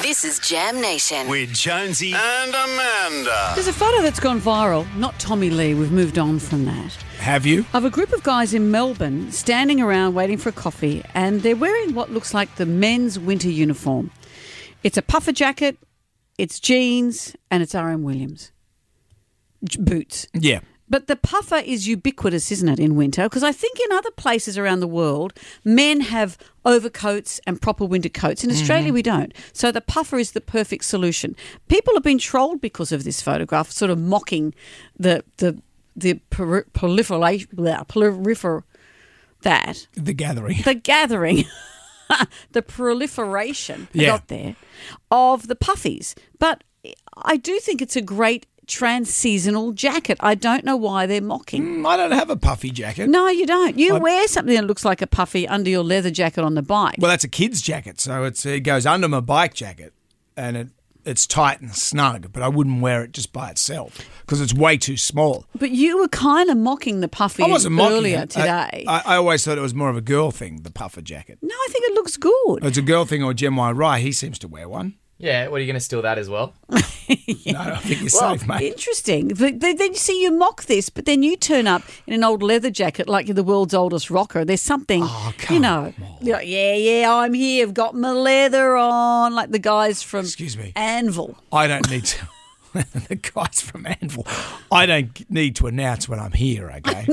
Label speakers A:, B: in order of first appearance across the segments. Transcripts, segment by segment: A: This is Jam Nation.
B: with Jonesy.
C: Uh,
D: and Amanda.
E: There's a photo that's gone viral, not Tommy Lee, we've moved on from that,
B: Have you?
E: of a group of guys in Melbourne standing around waiting for a coffee and they're wearing what looks like the men's winter uniform. It's a puffer jacket, it's jeans, and it's RM Williams J- boots.
B: Yeah.
E: But the puffer is ubiquitous, isn't it, in winter? Because I think in other places around the world, men have overcoats and proper winter coats. In Australia, we don't. So the puffer is the perfect solution. People have been trolled because of this photograph, sort of mocking the the the proliferation, prolifer, that
B: The gathering.
E: the gathering, the proliferation I
B: Yeah.
E: got there of the puffies. But I do think it's a great trans-seasonal jacket. I don't know why they're mocking.
C: Mm,
B: I don't have a puffy jacket.
E: No, you don't. You wear something that looks like a puffy under your leather jacket on the bike.
C: Well, that's a kid's jacket, so it's it goes under my bike jacket, and it it's tight and snug. But I wouldn't wear it just by itself because it's way too small.
E: but you were kind of mocking the puffy
C: I wasn't mocking
E: earlier
C: it. I-
E: today.
C: I, I always thought it was more of a girl thing, the puffer jacket.
E: no, I think it looks good.
C: It's a girl thing, or Jem Y. Rye, he seems to wear one.
F: Yeah, what are you going to steal that as well?
C: No, I think you're
E: Well,
C: safe, mate.
E: interesting. But then then you see you mock this, but then you turn up in an old leather jacket like you're the world's oldest rocker. There's something,
C: Oh,
E: you know, you're like, yeah, yeah, I'm here. I've got my leather on, like the guys from
C: Excuse me.
E: Anvil.
C: I don't need to. the guys from Anvil. I don't need to announce when I'm here, okay?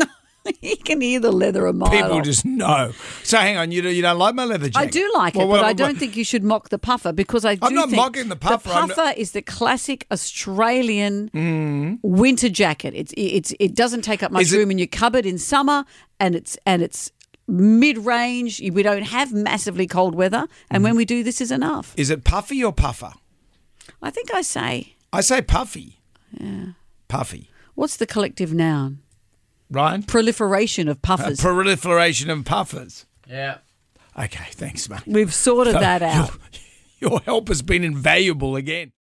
E: you can hear the leather a mile.
C: People
E: off.
C: just know. So hang on, you, do, you don't like my leather
E: I
C: jacket?
E: do like it,
C: Well,
E: but
C: what-
E: I
C: what-
E: don't think you should mock the puffer because I do
C: I'm not
E: think
C: mocking the puffer, I'm not-
E: The puffer is the classic Australian winter jacket. It's it's it doesn't take up much
C: Mm. Is it-
E: room in your cupboard in summer, and it's and it's mid range. We don't have massively cold weather,
C: Mm.
E: and when we do, this is enough.
C: Is it puffy or puffer?
E: I think I say,
C: I say puffy. Yeah. Puffy.
E: what's the collective noun?
C: Ryan?
E: Proliferation of
C: Uh,
E: puffers.
C: proliferation of puffers.
F: Yeah.
C: Okay, thanks, mate.
E: We've sorted that out.
C: Your help has been invaluable again.